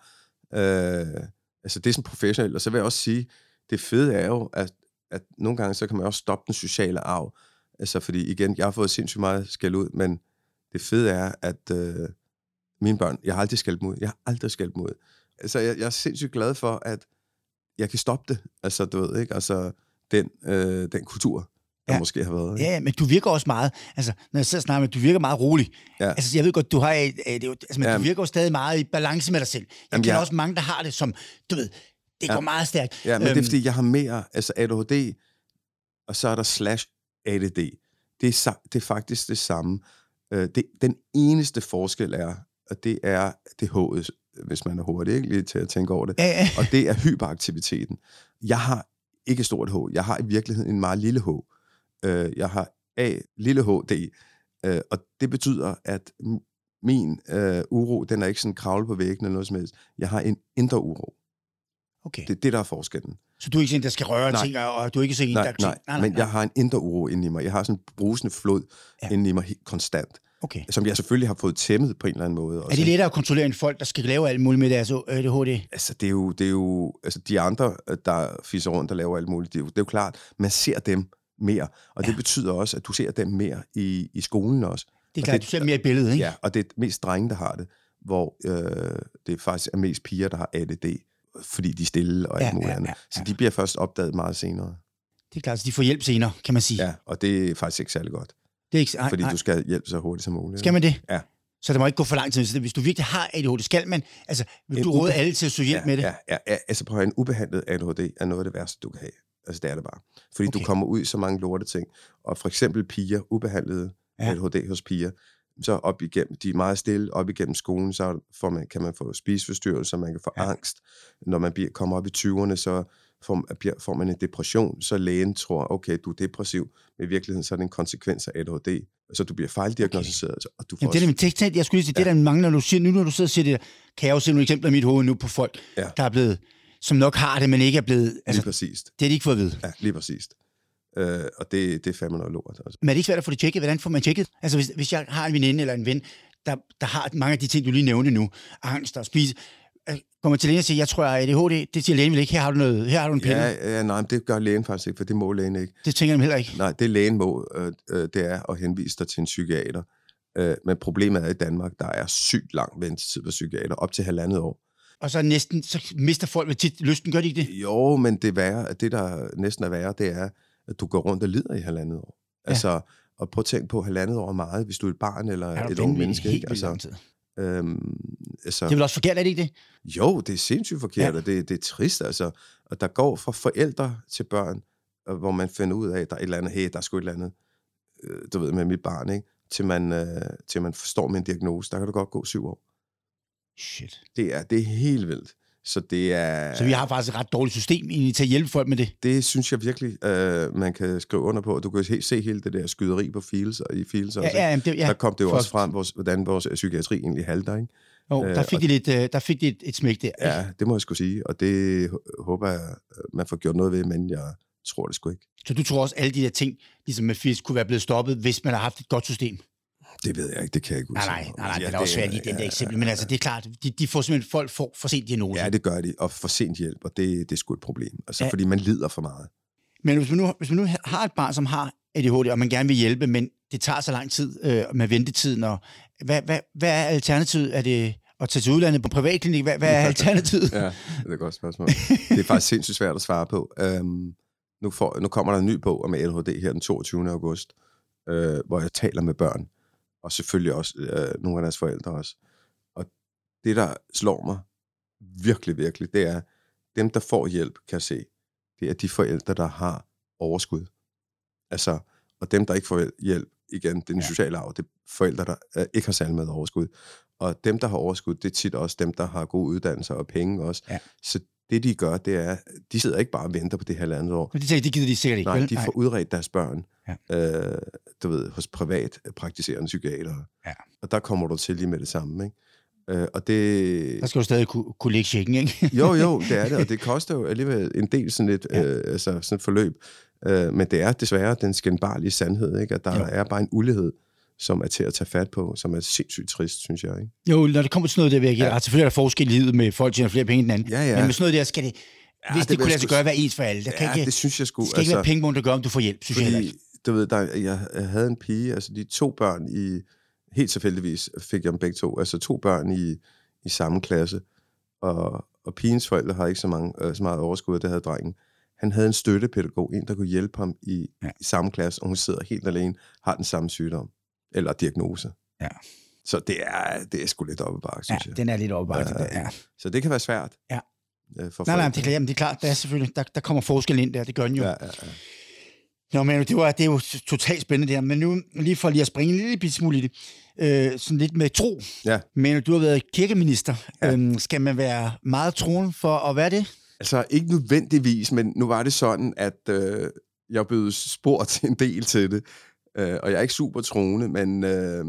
S2: Øh, altså det er sådan professionelt. Og så vil jeg også sige, det fede er jo, at, at nogle gange så kan man også stoppe den sociale arv. Altså fordi igen, jeg har fået sindssygt meget skæld ud, men det fede er, at øh, mine børn, jeg har aldrig skældt dem ud. Jeg har aldrig skældt dem ud. Altså jeg, jeg er sindssygt glad for, at jeg kan stoppe det. Altså du ved, ikke? Altså den, øh, den kultur, der
S1: Ja.
S2: ja. måske har været. Ikke?
S1: Ja, men du virker også meget, altså når jeg sidder og snakker med dig, du virker meget rolig. Ja.
S2: Ja.
S1: Altså jeg ved godt, du har, øh, øh, det er jo, altså, men du
S2: Jamen.
S1: virker jo stadig meget i balance med dig selv. Jeg Jamen,
S2: Jamen,
S1: kender
S2: jeg-
S1: også mange, der har det som, du ved, det ja.
S2: Ja.
S1: går meget stærkt.
S2: Ja, men øhm. det
S1: Øhm,
S2: er fordi, jeg har mere, altså ADHD, og så er der slash ADD. Det er, sa- det er faktisk det samme. Øh, det, den eneste forskel er, og det er det H'et, hvis man er hurtig, ikke? Lige til at tænke over det.
S1: Ja, ja.
S2: Og det er hyperaktiviteten. Jeg har ikke et stort H. Jeg har i virkeligheden en meget lille H. Øh, Jeg har A, lille HD. Øh, Og det betyder, at m- min øh, uro, den er ikke sådan kravle på væggen eller noget som helst. Jeg har en indre uro.
S1: Okay,
S2: Det er det, der er forskellen.
S1: så du er ikke sådan en, der skal røre
S2: Nej.
S1: ting, og, og du er ikke sådan en, der...
S2: Nej, nej, nej, men jeg har en indre uro inde i mig. Jeg har sådan en brusende flod
S1: Ja.
S2: ja. inde i mig helt konstant,
S1: Okay.
S2: som jeg selvfølgelig har fået tæmmet på en eller anden måde.
S1: Er
S2: også,
S1: det
S2: ikke?
S1: lettere at kontrollere end folk, der skal lave alt muligt med deres ADHD?
S2: Altså, det er jo, det er jo altså, de andre, der fisser rundt og laver alt muligt, det er jo, det er jo klart, man ser dem mere. Og ja. det betyder også, at du ser dem mere i, i skolen også.
S1: Det er
S2: Og
S1: klart,
S2: det-
S1: du ser mere i billedet, ikke?
S2: Ja, og det er mest drenge, der har det, hvor øh, det faktisk er mest piger, der har ADD, fordi de er stille og alt
S1: Ja,
S2: ja, muligt
S1: ja,
S2: ja, andet.
S1: ja,
S2: Ja, ja. Så de bliver først opdaget meget senere.
S1: Det er klart, så de får hjælp senere, kan man sige.
S2: Ja, og det er faktisk ikke særlig godt,
S1: Det er ikke, nej,
S2: fordi
S1: nej.
S2: du skal hjælpe så hurtigt som muligt.
S1: Skal man det?
S2: Ja.
S1: Så der må ikke gå for lang tid. Så det- hvis du virkelig har ADHD, skal man... Altså, vil
S2: En
S1: du råde
S2: ube-
S1: alle til at søge hjælp
S2: ja,
S1: med det?
S2: Ja, ja, ja, altså prøv at høre, en ubehandlet ADHD er noget af det værste, du kan have. Altså det er det bare. Fordi okay.
S1: Okay.
S2: du kommer ud i så mange lorte ting. Og for eksempel piger, ubehandlede
S1: Ja.
S2: ja. ADHD hos piger, så op igennem, de er meget stille, op igennem skolen, så får man, kan man få spiseforstyrrelser, man kan få
S1: Ja.
S2: ja. angst. Når man bliver, kommer op i 20'erne, så får, bliver- får man en depression, så lægen tror, okay, du er depressiv, men i virkeligheden så er det en konsekvens af ADHD. Så du bliver fejldiagnostiseret, okay. og du får
S1: Jamen, det er min tekst, jeg skulle lige sige, det der mangler, når du siger, nu når du sidder og siger det, der, kan jeg jo se nogle eksempler i mit hoved nu på folk,
S2: Ja.
S1: der er blevet, som nok har det, men ikke er blevet,
S2: lige
S1: altså,
S2: præcist.
S1: det har de ikke fået at vide.
S2: Ja, lige præcist. Øh, og det, det er fandme noget lort. Altså.
S1: Men er det ikke svært at få det tjekket? Hvordan får man tjekket? Altså, hvis, hvis jeg har en veninde eller en ven, der, der har mange af de ting, du lige nævnte nu, angst og spise, øh, kommer til lægen og siger, jeg tror, jeg har ADHD, det siger lægen vel ikke, her har du, noget, her har du en pille. Ja.
S2: Ja, ja, nej, men det gør lægen faktisk ikke, for det må lægen ikke.
S1: Det tænker de heller ikke.
S2: Nej, det lægen må, øh, øh, det er at henvise dig til en psykiater. Øh, men problemet er i Danmark, der er sygt lang ventetid på psykiater, op til halvandet år.
S1: Og så næsten, så mister folk vel tit lysten, gør de ikke det?
S2: Jo, men det, værre, det der næsten er værre, det er, at du går rundt og lider i halvandet år.
S1: Ja.
S2: Altså, og prøv at tænke på halvandet år er meget, hvis du er et barn eller
S1: Er du
S2: et ung
S1: vanvittig?
S2: menneske.
S1: Helt
S2: Ikke?
S1: vildt lang
S2: Altså,
S1: tid.
S2: øhm, altså,
S1: Det er vel også forkert, er det ikke det?
S2: Jo, det er sindssygt forkert,
S1: Ja.
S2: ja. og det, det er trist, altså. Og der går fra forældre til børn, og hvor man finder ud af, at der er et eller andet, hey, der er sgu et eller andet, øh, du ved, med mit barn, ikke? Til man, øh, til man forstår min diagnose, der kan du godt gå syv år.
S1: Shit.
S2: Det er, det er helt vildt. Så det er...
S1: Så vi har faktisk et ret dårligt system egentlig til at hjælpe folk med det.
S2: Det synes jeg virkelig, øh, man kan skrive under på. Du kan helt se hele det der skyderi på Fields og i Fields også.
S1: Ja,
S2: ikke?
S1: ja, jamen, det, ja.
S2: Der kom det jo
S1: for-
S2: også frem, vores, hvordan vores øh, psykiatri egentlig halter, ikke?
S1: Jo, der
S2: øh,
S1: fik
S2: og-
S1: de lidt, øh, der fik de et, et smæk der. ikke?
S2: Ja, det må jeg skulle sige, og det hå- håber jeg, øh, man får gjort noget ved, men jeg tror det sgu ikke.
S1: Så du tror også, alle de der ting, ligesom med fisk, kunne være blevet stoppet, hvis man har haft et godt system?
S2: Det ved jeg ikke, det kan jeg ikke
S1: Nej,
S2: udtale
S1: nej,
S2: mig om.
S1: nej, nej det
S2: Ja,
S1: er da også svært i den der eksempel. Men altså, det er klart, de, de får simpelthen, folk får for sent diagnosen.
S2: Ja, det gør de, og for sent hjælp, og det, det er sgu et problem. Altså,
S1: Ja.
S2: ja. fordi man lider for meget.
S1: Men hvis man, nu, hvis man nu har et barn, som har ADHD, og man gerne vil hjælpe, men det tager så lang tid øh, med ventetiden, og hvad, hvad, hvad er alternativet? Er det at tage til udlandet på privatklinik? Hvad,
S2: [LAUGHS]
S1: hvad er alternativet?
S2: Ja, det er et godt spørgsmål. Det er faktisk sindssygt svært at svare på. Øhm, nu, får, nu kommer der en ny bog om ADHD her den 22. august, øh, hvor jeg taler med børn, og selvfølgelig også øh, nogle af deres forældre også. Og det, der slår mig virkelig, virkelig, det er, dem, der får hjælp, kan jeg se, det er de forældre, der har overskud. Altså, og dem, der ikke får hjælp, igen, det er den
S1: Ja.
S2: sociale arv, det er forældre, der øh, ikke har særlig meget overskud. Og dem, der har overskud, det er tit også dem, der har gode uddannelser og penge også.
S1: Ja.
S2: Så det, de gør, det er, de sidder ikke bare og venter på det halvandet år.
S1: Men det, tænker jeg, det gider de sikkert ikke.
S2: Nej,
S1: vel?
S2: de får udredt deres børn,
S1: Ja.
S2: øh, du ved, hos privat praktiserende psykiater.
S1: Ja.
S2: Og der kommer du til lige med det samme, ikke? Øh, og det...
S1: Der skal jo stadig kunne, kunne ligge checken, ikke?
S2: Jo, jo, det er det, og det koster jo alligevel en del sådan et, ja. øh, altså sådan et forløb. Øh, men det er desværre den skændbarlige sandhed, ikke? at der
S1: Jo.
S2: jo. er bare en ulighed, som er til at tage fat på, som er sindssygt trist, synes jeg. Ikke?
S1: [LAUGHS] Jo, når det kommer til sådan noget, der vil jeg give
S2: Ja.
S1: ja. Selvfølgelig er der forskel i livet med, at folk tjener flere penge end anden.
S2: Ja, ja.
S1: Men med sådan noget der, skal det... Hvis det, det
S2: det vil
S1: kunne
S2: jeg
S1: lade sig
S2: sgu-
S1: gøre, være ens for alle. Der kan
S2: ja,
S1: ikke,
S2: det synes jeg sgu. altså-
S1: det skal ikke være pengemål, der gør, om du får hjælp, synes jeg heller ikke.
S2: Fordi, du ved, der, jeg jeg havde en pige, altså de to børn i, helt tilfældigvis fik jeg dem begge to, altså to børn i, i samme klasse, og, og pigens forældre har ikke så, mange, øh, så meget overskud, og det havde drengen. Han havde en støttepædagog, en der kunne hjælpe ham i,
S1: Ja.
S2: ja. i samme klasse, og hun sidder helt alene, har den samme sygdom, eller diagnose.
S1: Ja.
S2: Så det er, det er sgu lidt oppe bakke,
S1: Ja,
S2: synes ja, jeg.
S1: den er lidt opbakket.
S2: Ja,
S1: Ja, ja.
S2: Så det kan være svært.
S1: Ja.
S2: øh, For
S1: Nej, nej,
S2: forældre.
S1: men det, er klart- jamen, det er klart, der er selvfølgelig, der, der kommer forskel ind der, det gør den jo.
S2: Ja,
S1: Ja.
S2: ja, ja.
S1: Nå, men det, var, det er jo totalt spændende der, men nu lige for lige at springe en lille bitte smule i det, øh, sådan lidt med tro.
S2: Ja.
S1: Men du har været kirkeminister. Ja.
S2: Ja.
S1: Øhm, skal man være meget troende for at være det?
S2: Altså, ikke nødvendigvis, men nu var det sådan, at øh, jeg blev spurgt en del til det, øh, og jeg er ikke super troende, men, øh,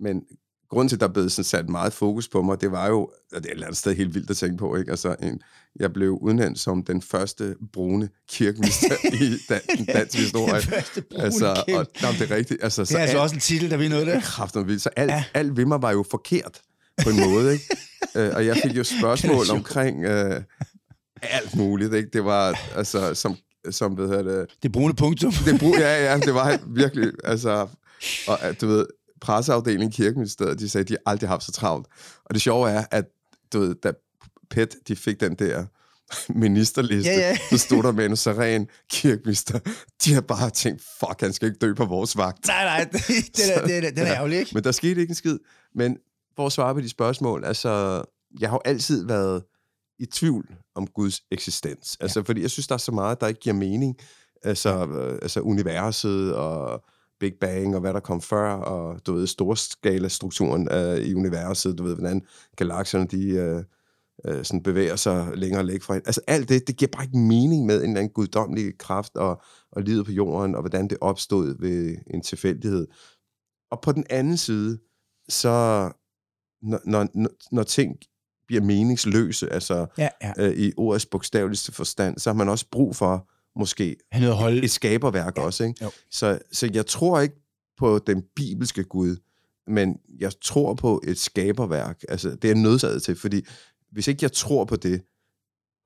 S2: men grunden til, at der blev sådan sat meget fokus på mig, det var jo, og det er et eller andet sted helt vildt at tænke på, ikke? Altså, en, jeg blev udnævnt som den første brune
S1: [LAUGHS]
S2: kirkeminister i dan, den dansk historie.
S1: Den første brune
S2: Altså,
S1: altså,
S2: og, jamen, det er rigtigt. Altså,
S1: Det er altså også en titel, der vil noget der.
S2: kraften vildt. Så alt,
S1: Ja.
S2: ja. alt ved mig var jo forkert på en måde,
S1: [LAUGHS]
S2: ikke? øh, og jeg fik jo
S1: Det er
S2: spørgsmål
S1: sjovt.
S2: omkring øh, alt muligt, ikke? Det var, altså, som, som hvad hedder det,
S1: Det brune punktum.
S2: det brug, ja, ja, det var virkelig, altså, og at, du ved, presseafdelingen i Kirkeministeriet, de sagde, at de aldrig har haft så travlt. Og det sjove er, at du ved, da PET, de fik den der ministerliste,
S1: Ja, ja.
S2: så stod der med en seren kirkeminister. De har bare tænkt, fuck, han skal ikke dø på vores
S1: [LAUGHS]
S2: vagt.
S1: Nej, nej, den er, den er, den er
S2: Ja.
S1: ærgerlig, ikke?
S2: Men der skete ikke en skid. Men for at svare på de spørgsmål, altså, jeg har jo altid været i tvivl om Guds eksistens. Altså, fordi jeg synes, der er så meget, der ikke giver mening. Altså, øh, altså universet og Big Bang og hvad der kom før, og du ved, storskala-strukturen øh, i universet, du ved, hvordan galakserne, de øh, øh, sådan bevæger sig længere væk fra hinanden. Altså alt det, det giver bare ikke mening med en eller anden guddommelig kraft og, og livet på jorden, og hvordan det opstod ved en tilfældighed. Og på den anden side, så når, når, når- når ting bliver meningsløse, altså
S1: Ja, ja.
S2: øh, i ordets bogstaveligste forstand, så har man også brug for måske
S1: Han hedder Holde.
S2: et skaberværk ja. også. Ikke?
S1: Jo.
S2: Så, så jeg tror ikke på den bibelske Gud, men jeg tror på et skaberværk. Altså, det er jeg nødsaget til, fordi hvis ikke jeg tror på det,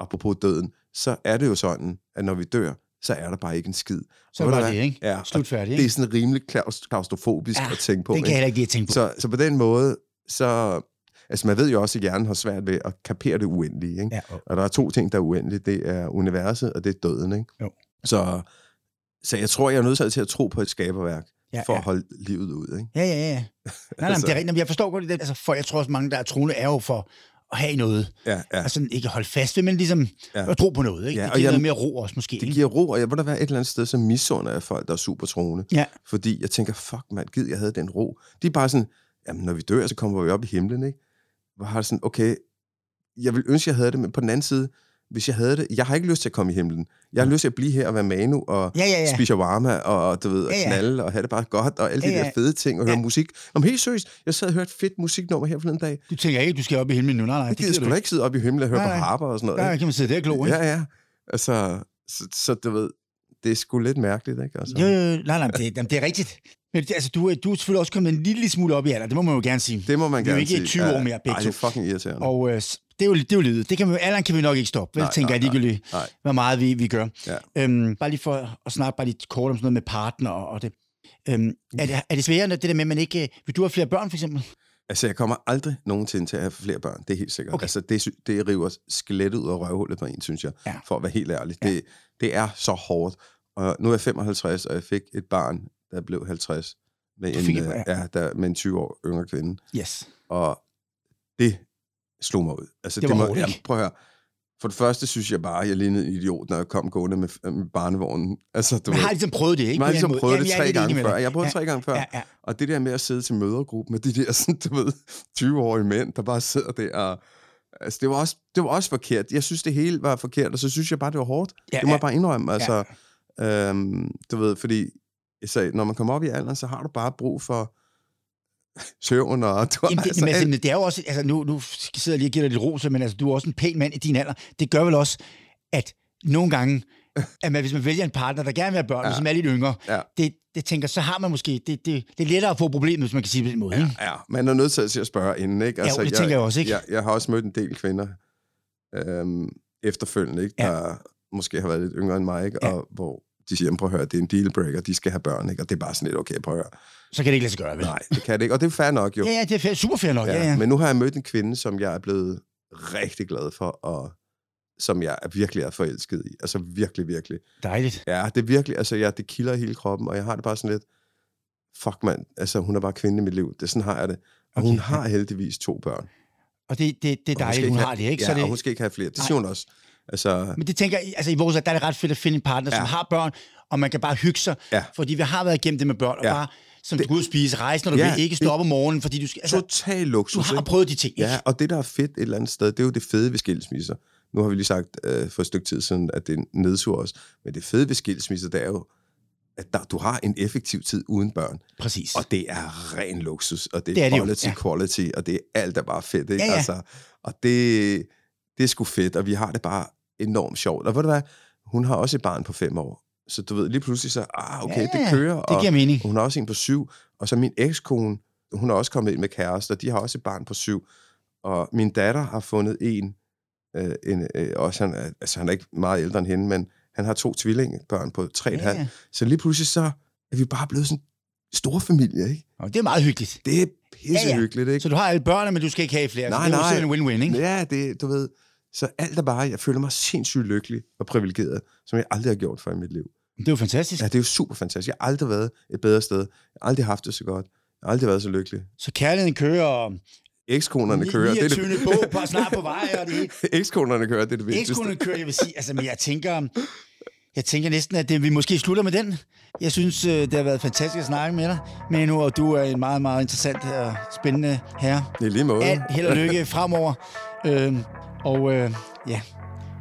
S2: apropos døden, så er det jo sådan, at når vi dør, så er der bare ikke en skid.
S1: Så
S2: Og ved
S1: var
S2: du
S1: det,
S2: hvad?
S1: ikke?
S2: Ja, og
S1: Slut færdig,
S2: det er
S1: ikke?
S2: sådan rimelig klaus- klaustrofobisk
S1: Ja,
S2: at tænke på.
S1: Den kan jeg
S2: ikke?
S1: heller ikke lige tænke på.
S2: Så, så på den måde, så... Altså, man ved jo også, at hjernen har svært ved at kapere det uendelige. Ikke?
S1: Ja, og-
S2: Og der er to ting, der er uendelige. Det er universet, og det er døden. Ikke?
S1: Jo.
S2: Så, så jeg tror, jeg er nødt til at tro på et skaberværk,
S1: ja,
S2: for
S1: ja.
S2: at holde livet ud. Ikke?
S1: Ja, ja, ja.
S2: [LAUGHS]
S1: Nej, nej, men
S2: Altså-
S1: det er rigtigt. Men Jeg forstår godt det. der. Altså, for jeg tror også, mange, der er troende, er jo for at have noget.
S2: Ja, ja.
S1: Altså ikke holde fast ved, men ligesom ja.
S2: Ja.
S1: at tro på noget. Ikke? Ja,
S2: Ja,
S1: det
S2: og
S1: giver
S2: jeg-
S1: noget mere ro også måske.
S2: Det
S1: ikke?
S2: giver ro, og jeg må da være et eller andet sted, som misunder jeg folk, der er super troende.
S1: Ja.
S2: Fordi jeg tænker, fuck mand, gid jeg havde den ro. De er bare sådan, jamen når vi dør, så kommer vi op i himlen, ikke? Hvor har det sådan, okay, jeg vil ønske, jeg havde det, men på den anden side, hvis jeg havde det, jeg har ikke lyst til at komme i himlen. Jeg har lyst til at blive her og være manu og
S1: Ja, ja, ja.
S2: ja. spise shawarma og du ved, og
S1: Ja, ja.
S2: knalde og have det bare godt og alle de
S1: Ja, ja.
S2: der fede ting og
S1: Ja.
S2: høre musik. Om helt seriøst, jeg sad og hørte et fedt musiknummer her forleden dag.
S1: Du tænker ikke, du skal op i himlen nu. Nej, nej,
S2: Jeg
S1: det
S2: gider
S1: gider
S2: sgu
S1: du
S2: da ikke sidde op i himlen og høre
S1: Nej,
S2: på
S1: nej.
S2: harper og sådan noget.
S1: Nej, nej, kan man sidde der og glo, ikke?
S2: Ja, ja. Altså, så, så du ved, det er sgu lidt mærkeligt, ikke? Altså.
S1: Jo, jo, jo. nej, nej, det, jamen, det er rigtigt. Men det, altså, du, er- du er selvfølgelig også kommet en lille smule op i alder, det må man jo gerne sige. Det,
S2: Det må man
S1: Vi er jo
S2: gerne
S1: ikke i
S2: sige.
S1: 20 år mere, begge
S2: Nej, det er
S1: to.
S2: fucking irriterende.
S1: og øh, s- det er jo, det er jo livet. Det kan man, jo- alderen kan vi nok ikke stoppe, vel,
S2: Nej,
S1: tænker
S2: nej,
S1: jeg ligegyldigt,
S2: nej.
S1: hvor meget vi, vi gør.
S2: Ja.
S1: Øhm, bare lige for at snakke bare lidt kort om sådan noget med partner og, og det. Øhm, er, det, er det sværere, når det der med, at man ikke... øh, Vil du have flere børn, for eksempel?
S2: Altså, jeg kommer aldrig nogensinde til at have flere børn, det er helt sikkert.
S1: Okay.
S2: Okay. Altså, det, sy- det river skelettet ud af røvhullet på en, synes jeg,
S1: Ja.
S2: for at være helt ærlig. Ja. Det, det er så hårdt. Og nu er jeg 55, og jeg fik et barn, der blev 50, med
S1: Du fik
S2: en,
S1: et
S2: øh,
S1: barn,
S2: ja, der, med en 20 år yngre kvinde.
S1: Yes.
S2: Og det slog mig ud. Altså,
S1: Det var hårdt, ikke?
S2: jamen, prøv at høre. For det første synes jeg bare, at jeg lignede en idiot, når jeg kom gående med, øh, med barnevognen. Altså, du
S1: Man
S2: ved,
S1: har ligesom prøvet det, ikke?
S2: man har
S1: På en eller
S2: ligesom
S1: anden
S2: prøvet
S1: måde. Jamen,
S2: det
S1: jeg er
S2: tre
S1: lidt enig
S2: gange
S1: med
S2: før.
S1: dig.
S2: Jeg har prøvet det tre gange før.
S1: Ja, ja.
S2: Og det der med at sidde til mødergruppen med de der sådan, du ved, [LAUGHS] 20-årige mænd, der bare sidder der og... Altså, det var, også, det var også forkert. Jeg synes, det hele var forkert, og så synes jeg bare, det var hårdt.
S1: Ja,
S2: Ja, det må
S1: ja.
S2: jeg bare indrømme. Altså, ja. øhm, du ved, fordi så, når man kommer op i alderen, så har du bare brug for [LAUGHS] søvn, og du har
S1: Jamen, det, altså,
S2: [LAUGHS] altså,
S1: men,
S2: alt-
S1: altså, det er jo også, altså nu, nu sidder jeg lige og giver dig lidt ros, men altså, du er også en pæn mand i din alder. Det gør vel også, at nogle gange, at man, hvis man vælger en partner, der gerne vil have børn, ja. som er lidt yngre,
S2: Ja.
S1: det, det tænker, så har man måske, det, det, det er lettere at få problemet, hvis man kan sige det på den måde. Ja.
S2: Ja, man er nødt til at spørge inden, ikke?
S1: Mm.
S2: Altså,
S1: Ja, det tænker jeg også, ikke?
S2: Jeg, jeg har også mødt en del kvinder øhm, efterfølgende, ikke?
S1: Ja.
S2: Der måske har været lidt yngre end mig, ikke?
S1: Ja.
S2: Og hvor de siger, "Jamen, prøv at høre, det er en dealbreaker, de skal have børn, ikke? Og det er bare sådan lidt, okay, prøv at høre.
S1: Så kan det ikke lade sig gøre, vel?
S2: Nej, det kan det ikke. Og det er fair nok, jo.
S1: Ja, ja, det er fair, super fair nok. Ja, ja.
S2: Men nu har jeg mødt en kvinde, som jeg er blevet rigtig glad for, og som jeg er virkelig er forelsket i. Altså virkelig, virkelig.
S1: Dejligt.
S2: Ja, det er virkelig, altså ja, det kilder i hele kroppen, og jeg har det bare sådan lidt, fuck mand, altså hun er bare kvinde i mit liv. Det, er sådan har jeg det. Og
S1: Okay,
S2: hun
S1: ja.
S2: har heldigvis to børn.
S1: Og det, det, det er
S2: Og skal
S1: dejligt, hun
S2: have-
S1: har det, ikke?
S2: Ja,
S1: Så
S2: og hun
S1: det,
S2: skal ikke have flere. Det
S1: Nej.
S2: siger hun også. Altså,
S1: men det tænker jeg, altså i vores alder, der er det ret fedt at finde en partner, ja. som
S2: Ja.
S1: har børn, og man kan bare hygge sig,
S2: Ja.
S1: fordi vi har været igennem det med børn, og ja.
S2: Ja.
S1: bare, som det, du går ud og spise, rejse, når du
S2: Ja,
S1: ja, vil, ikke stoppe om morgenen, fordi du skal, altså,
S2: total
S1: du
S2: luksus,
S1: har
S2: ikke?
S1: prøvet de ting, ikke?
S2: Ja, og det, der er fedt et eller andet sted, det er jo det fede ved skilsmisser. Nu har vi lige sagt øh, for et stykke tid siden, at det nedsuger os. Men det fede ved skilsmisser, det er jo, at der, du har en effektiv tid uden børn.
S1: Præcis.
S2: Og det er ren luksus, og det er,
S1: Det er det jo,
S2: quality,
S1: ja.
S2: quality, og det er alt, der bare er fedt. Ikke?
S1: Ja, ja.
S2: Altså, og det, det er sgu fedt, og vi har det bare enormt sjovt. Og ved du hvad, hun har også et barn på fem år. Så du ved, lige pludselig så, ah, okay,
S1: Ja,
S2: ja, det kører.
S1: det giver mening.
S2: Og hun har også en på syv. Og så min ekskone, hun er også kommet ind med kærester, de har også et barn på syv. Og min datter har fundet en, øh, en øh, også han, er- altså han er ikke meget ældre end hende, men han har to tvillingebørn på tre og et
S1: Ja,
S2: halvt.
S1: ja.
S2: Så lige pludselig så er vi bare blevet sådan store familie, ikke?
S1: Og det er meget hyggeligt.
S2: Det er pissehyggeligt, ikke?
S1: Så du har alle børnene, men du skal ikke have flere.
S2: Nej,
S1: så det er jo
S2: nej.
S1: selv en win-win, ikke?
S2: Ja, det, du ved. Så alt er bare, jeg føler mig sindssygt lykkelig og privilegeret, som jeg aldrig har gjort før i mit liv.
S1: Det er jo fantastisk.
S2: Ja,
S1: Ja.
S2: det er jo super fantastisk. Jeg har aldrig været et bedre sted. Jeg har aldrig haft det så godt. Jeg har aldrig været så lykkelig.
S1: Så kærligheden kører, og
S2: Ekskonerne
S1: ni-
S2: kører, det er
S1: 29.
S2: det,
S1: bog på
S2: [LAUGHS]
S1: snart på vej, og det hele.
S2: ekskonerne kører, det er det vigtigste.
S1: Ekskonerne kører, jeg vil sige. Altså, men
S2: [LAUGHS]
S1: jeg tænker, jeg tænker næsten, at det, vi måske slutter med den. Jeg synes, øh, det har været fantastisk at snakke med dig, Manu, og du er en meget, meget interessant og spændende herre.
S2: Det er lige måde.
S1: Alt held og lykke fremover. Øhm, og øh, ja,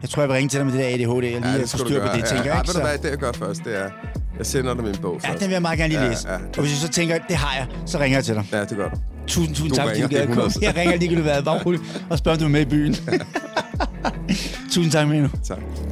S1: jeg tror, jeg vil ringe til dig med det der ADHD, jeg lige ja,
S2: skal
S1: får
S2: du
S1: styr på
S2: gøre.
S1: det, tænker jeg.
S2: ja,
S1: ikke?
S2: ja, Ved du
S1: Så-
S2: hvad, det jeg gør først, det er, jeg sender dig min bog
S1: Ja,
S2: først.
S1: den vil jeg meget gerne lige
S2: Ja,
S1: læse. Ja,
S2: ja.
S1: ja. Og hvis jeg så tænker, at det har jeg, så ringer jeg til dig.
S2: Ja, det gør du.
S1: Tusind, tusind
S2: Du
S1: tak, fordi du
S2: ringer,
S1: gad at
S2: det er
S1: komme.
S2: 100%.
S1: Jeg
S2: [LAUGHS]
S1: ringer lige, du være bare rolig og spørger, om du er med i byen. tusind tak, Manu.
S2: Tak.